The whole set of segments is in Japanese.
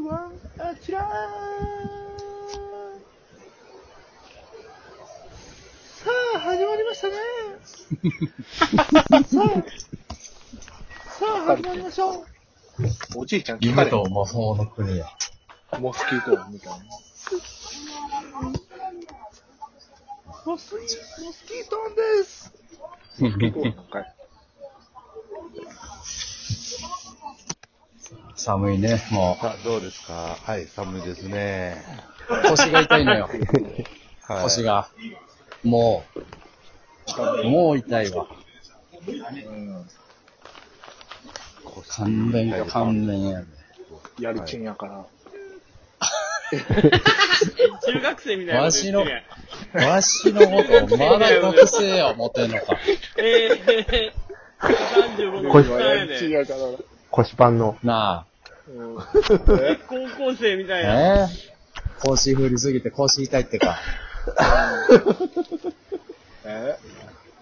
あちらーさあ、始まりましたね。さあ、さあ、始まりましょう。おじいちゃん疲夢れと魔法の国 や。モスキート音みたいな。モスモスキートンです。聞こえなんかい寒いね、もさあ、どうですかはい、寒いですね。う。腰が痛いのよ。はい。腰が。もう。もう痛いわ。勘弁か、勘弁やで。やりちんやから。中学生みたいなわことし言っのてるやん。、わしのこと、まだ学生や思てんのか。えー、35のこおいっさんややりちんで。やから。腰パンの。なうん高校生みたあ、いな。ねえ。腰振りすぎて腰痛いってか。え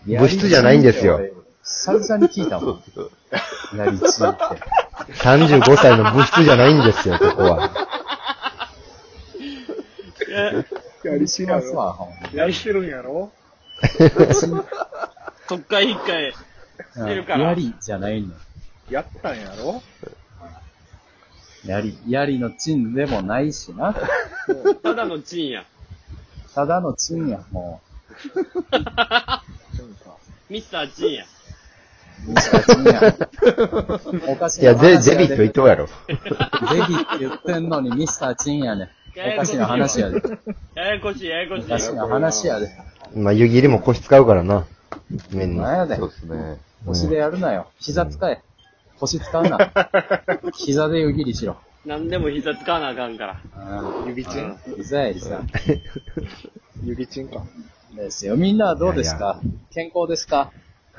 物質じゃないんですよ。久々に聞いたもん。 やりちんって。 35歳の物質じゃないんですよ、ここは。やりちんやますろ。わ、ほんまやりてるんやろ特会一回。してるからやりじゃないの。やったんやろやり、やりのチンでもないし な。ただのチンや。ただのチンや、もなんか ミスターチンや。う。ミスターチンや。 おかしいなや、話ゼ、やゼビでって言っとうやろ。ゼビって言ってんのにミスターチンやね。やおやかこししいなわ話やで。ややこしい、ややこしおい。かしな話やで。まあ、湯切りも腰使うからな。面に。なんやでそ。うですね。腰でやるなよ。膝使え。腰使う な。膝で湯切りしろ。何でも膝使わなあかんから。うん指ちん膝や、膝。指ちんか。ですよ。みんなはどうですか健康ですか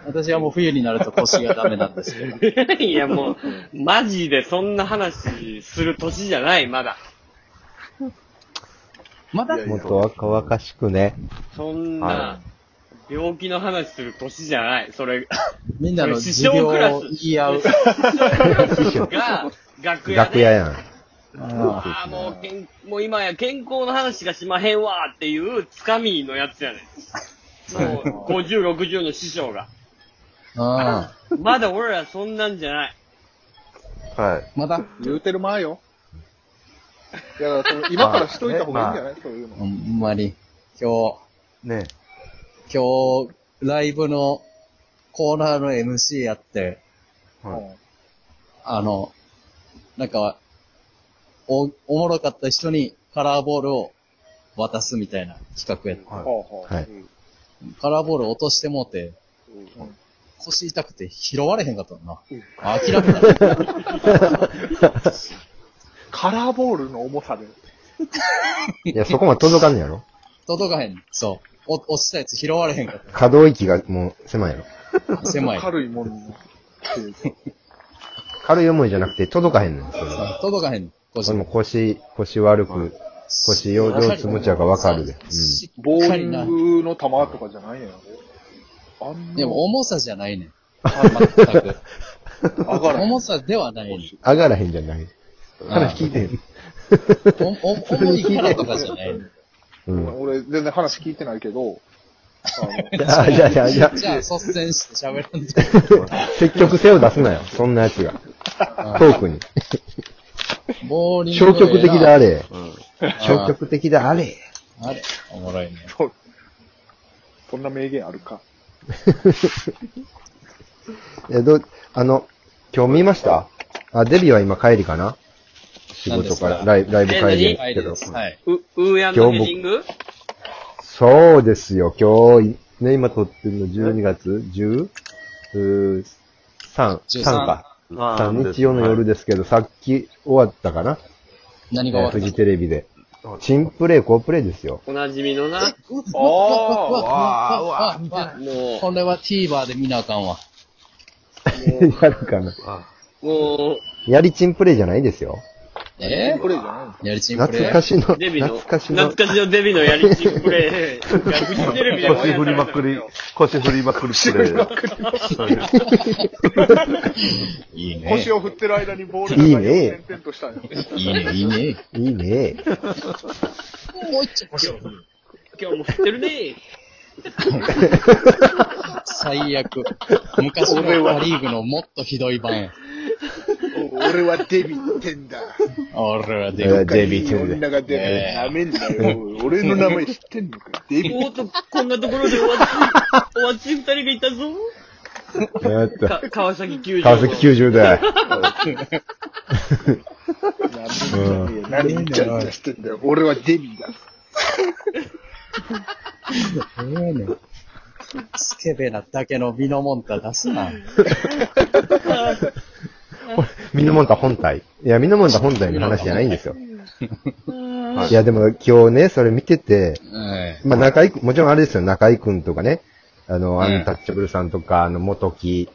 私はもう冬になると腰がダメなんですけど。 いや、もう、マジでそんな話する年じゃない、まだ。まだもっと若々しくね。そんはな、病気の話する年じゃない。それ、 みんなのこれ師授業匠クラスを言い合 う。が、楽屋楽で屋やん。うんああ、もうけん、もう今や健康の話しかしまへんわーっていうつかみのやつやねん。もう、50、60の師匠が。うんまだ俺らそんなんじゃない。はい。まだ、言うてる前よ。いや、だからその今からしといた方がいいんじゃないそういうほの。んまに、今ね日、今日、ライブのコーナーの MC やって、え。はい。あの、なんか、お、おもろかった人にカラーボールを渡すみたいな企画やった。うんほうほうはいカラーボール落としてもうて、うん腰痛くて拾われへんかったな。あ諦めた。カラーボールの重さで。いや、そこまで届かんのやろ。届かへん。そう。お落ちたやつ拾われへんかっ可動域がもう狭いやろ。た。狭い。軽いもんの。軽い思いじゃなくて届かへんのよ、それは。届かへん。腰それも腰、腰悪く、腰よう、腰つむちゃがわかるで。うん。しボっかーりな。リングの球とかじゃないんやろ。あんでなも重さじゃないねん。全く。上がらへん。重さではないねん。上がらへんじゃない。話聞いてん。おお重いからとかじゃないねん。うん。俺、全然話聞いてないけど、あのあ、じゃあじゃあじゃあじゃあ率先して喋らんで。積極性を出すなよ、そんなやつが。トークに。ボーリング消極的であれ。れ。うん。消極的であれ。あれ、おもろいね。そんな名言あるか。え、どう、あの、今日見ましたあ、デビは今帰りかな仕事か、何ですからライブ、ライブ帰りですはけい、ど。です。はい。う、ウーヤンのヘディングそうですよ、今日、ね、今撮ってるの12月 10? うー3、3か。3日曜の夜で。ですけど、さっき終わったかな何がえーフ終わっジテレビで。チンプレイ、コプレイですよ。おなじみのな、たあーうわうわうわうわうわもこれは TVer で見なあかんわ。やるかな。あう、もう、やりチンプレイじゃないですよ。えプレイじゃないんですやりちんプレ懐イかしの、デビの、懐かしの、懐かしのデビのやりちんプレイが、フジテレビで腰振りまくり、腰振りまくりプレイ。いいか。ね腰。を振ってる間にボールが点々としたんですね。いいね、いいね。いいね。今日も振って るね。最悪。昔のパリーグのもっとひどい版や。俺はデビってんだ。俺はでえーかい。デビーテンで。女がデビええなめんなよ。俺の名前知ってんのか。デビ。 おっと、こんなところでおわっち、おわっち二人がいたぞ。やった。か川崎球場。川崎90代。いや何ちゃっちゃしてんだよ。俺はデビだ。ええねんスケベなだけのミノモンタ出すな。ミノモンタ本体。いや、ミノモンタ本体の話じゃないんですよ。いや、でも今日ね、それ見てて、えまあ、中井くん、もちろんあれですよ、中井くんとかね、あの、アンタッチャブルさんとか、あの、元木、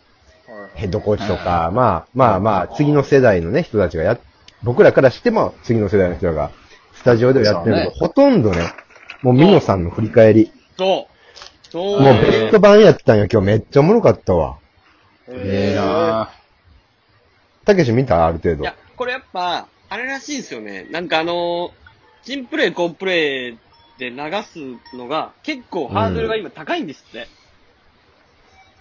ヘッドコーチとか、まあ、まあまあ、次の世代のね、人たちがやっ、僕らからしても、次の世代の人らが、スタジオでやってるけそど、うねほとんどね、もう、ミノさんの振り返り、そう。そう。もうベスト版やったんよ、今日めっちゃおもろかったわ。えなたけし見たある程い度や。、これやっぱ、あれらしいんですよね。なんかあのー、チンプレイ、コンプレイで流すのが、結構ハードルが今高いんですって。っ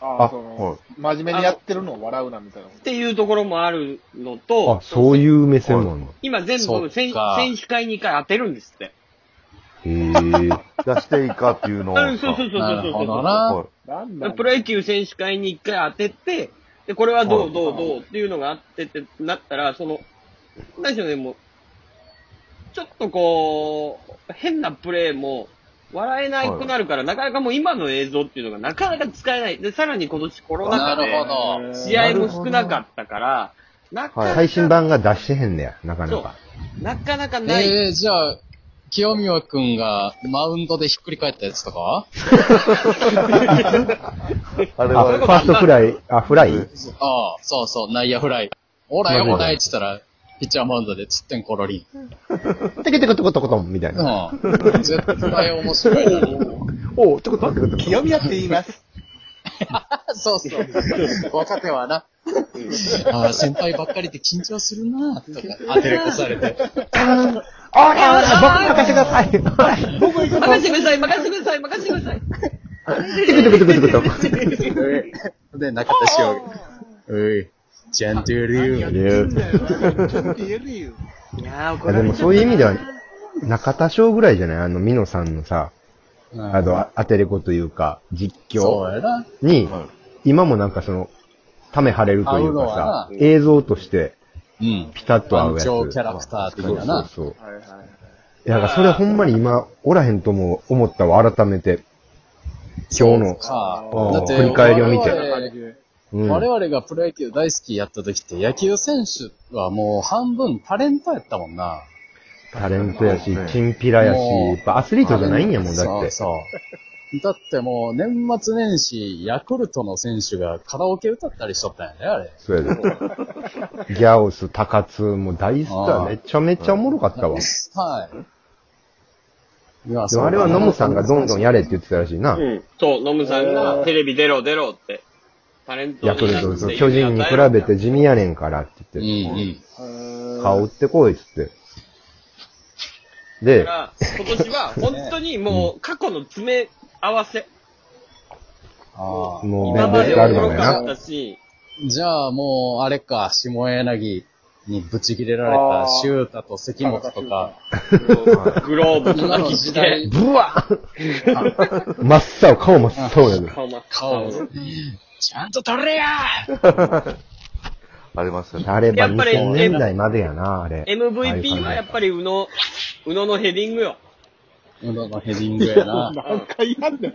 あああ、その、真面目にやってるのを笑うなみたいな。ていうところもあるのあと、、そういう目線なの。今全そっ部か選選手会2回当てるんですって。へぇ 出していいかっていうのをさ。うん、 そうそうそうそうなるそほうどそな。なんうだプロ野球選手会に1回当てて、で、これはどはういどうどうっていうのがあってってなったら、その、何でしょうね、もう、ちょっとこう、変なプレーも、笑えないくなるから、なかなかもう今の映像っていうのがなかなか使えない。で、さらに今年コロナ禍るほで、ど。試合も少なかったから、なかなか、配信版が出してへんねや、なかなか。なかなかない。えー、じゃあ、清宮くんがマウンドでひっくり返ったやつとかあれあ、はファーストフライ、あ、フライああ、そうそう、内野フライ。オラよ、オライって言ったら、ピッチャーマウンドでつってんころりん。テケテコテコテコトンみたいな。うん。絶対面白いな。おう、テコテコテコトン。清宮って言います。 そうそう。若手はな。ああ、先輩ばっかりで緊張するなとか、当てれこされ て。あれあれ僕任せてくださいはい任せてください、任せてください、任せてください。テコテコテコテコトン。で、中田翔が。うい、ちゃんとやる言よ。えるよ。いやー、怒いやらでれもちゃそういう意味では、中田翔ぐらいじゃないあの、ミノさんのさ、あの、あ当てレコというか、実そ況うやな。に、今もなんかその、ため張れるというか合さうのはな、映像としてうん。ピタッと合うやつ。番長キャラクター的ななそうそうそう。はいはい。いや、だからそれほんまに今、おらへんとも思ったわ、改めて。今日の。かうんだって振り返りを見て我々うん我々がプロ野球大好きやった時って、野球選手はもう半分タレントやったもんな。タレントやしね、チンピラやし、もやうっぱアスリートじゃないんやもん、だって。そうそう。だってもう年末年始、ヤクルトの選手がカラオケ歌ったりしとったんやね、あれ。そうやで。ギャオス、タカツ、もう大スタあー、ーめちゃめちゃおもろかったわ。はい。いやでもあれはノムさんがどんどんやれって言ってたらしいなう。うん。そう、ノムさんがテレビ出ろ出ろって。タレントヤクルトと巨人に比べて地味やねんからっうてんう言って、ん。顔売ってこいっつって。だで、から、今年は本当にもう過去の詰め合わせ。ああ。もう今面倒までくさはるの黒やかっな。たし、じゃあもう、あれか、下柳にぶち切れられあたーシュータと関本とか、グローブと今かの着時て、代、ブワー真っ青、顔真っ青やで。顔真っ顔青、ちゃんと取れやありますよね。あれば やっぱり2000年代までやな、あれ。 MVP はやっぱり宇野、宇野のヘディングよ。宇野のヘディングやな。何回やんねん。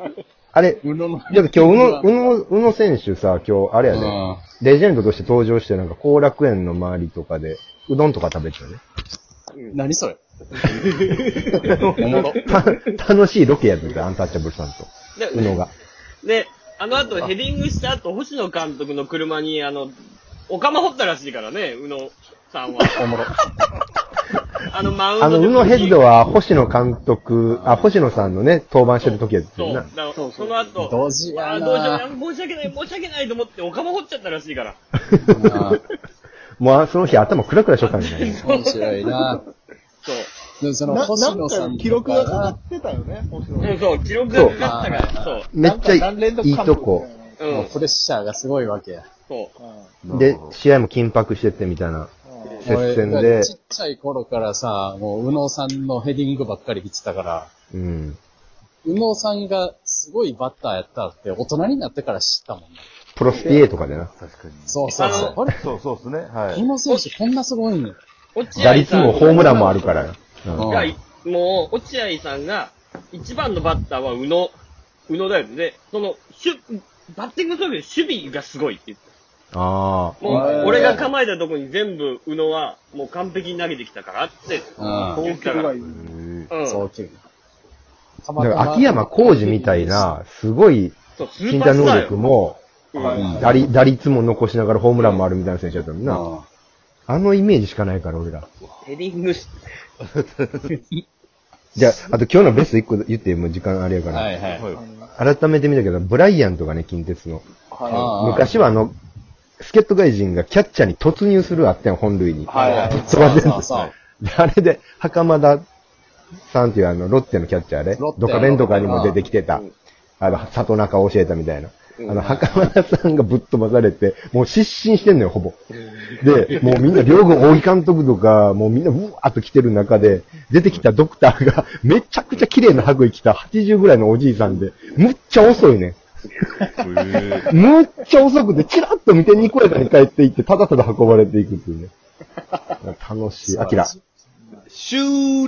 あれ、宇野のヘでも今日、宇野野、宇野、宇野選手さ、今日、あれやで、うんレジェンドとして登場して、なんか、後楽園の周りとかで、うどんとか食べてたね。何それおもろ。た楽しいロケやってた、アンタッチャブルさんと。で宇野が。で、あの後ヘディングした後、星野監督の車に、あの、お釜掘ったらしいからね、宇野さんは。おもろ。 あの、マウンドあの、ウノヘッドは星野監督、あ、星野さんのね、登板してる時やったそよう。だな。からその後、ドジやなあーどうしよういや申し訳ない、申し訳ないと思って、おかま掘っちゃったらしいから。 もうあその日頭クラクラしとったんじゃない面白いな。そう。でもそなの、星な野んさかん記録がだから出てたよね、星野うん、そう、記録が出たから、そう。めっちゃいいとこ。。う、もうんプレッシャーがすごいわけや。そで、試合も緊迫してってみたいな。接戦で俺ちっちゃい頃からさ、もう、宇野さんのヘディングばっかり見てたから、うん。宇野さんがすごいバッターやったって大人になってから知ったもんな。プロスピエとかでな。確かに。そうそうそあう。のあれそうそうですね。はこい。の選手こんなすごいね。う。落合さん打率もホームランもあるから。うんが、もう、落合さんが、一番のバッターは宇野、宇野だよね。で、その、しゅ、バッティングの時守備がすごいって言って。ああ。もへうー、俺が構えたとこに全部宇野は、もう完璧に投げてきたからってうん東言ってた京かがら。いい。うんうん。そ、そう、急に。ただから秋山浩二みたい。な、すごいうスー身パー体ス能ター力よ。も、うん打率打率も残しながらホームランもあるみたいな選手だったもんな。な。あのイメージしかないから、俺ら。ヘディングし、 じゃあ、あと今日のベスト1個言って、もう時間あれやから。はいはい。はい改めて見たけど、ブライアンとかね、近鉄の。あー昔はあの、助っ人外人がキャッチャーに突入するあったよ、本塁に。はいはいぶっ飛ばせるそうそうであれで、袴田さんっていうあの、ロッテのキャッチャーで、ロッテドカベンとかにも出てきてた。あの、里中を教えたみたいな。あの、袴田さんがぶっ飛ばされて、もう失神してんのよ、ほぼ。で、もうみんな、両軍大井監督とか、もうみんな、うわーっと来てる中で、出てきたドクターが、めちゃくちゃ綺麗な白衣着た80ぐらいのおじいさんで、むっちゃ遅いね。むっちゃ遅くて、チラッと見てにこやかに帰っていって、ただただ運ばれていくっていうね。楽しい。アキラ。終了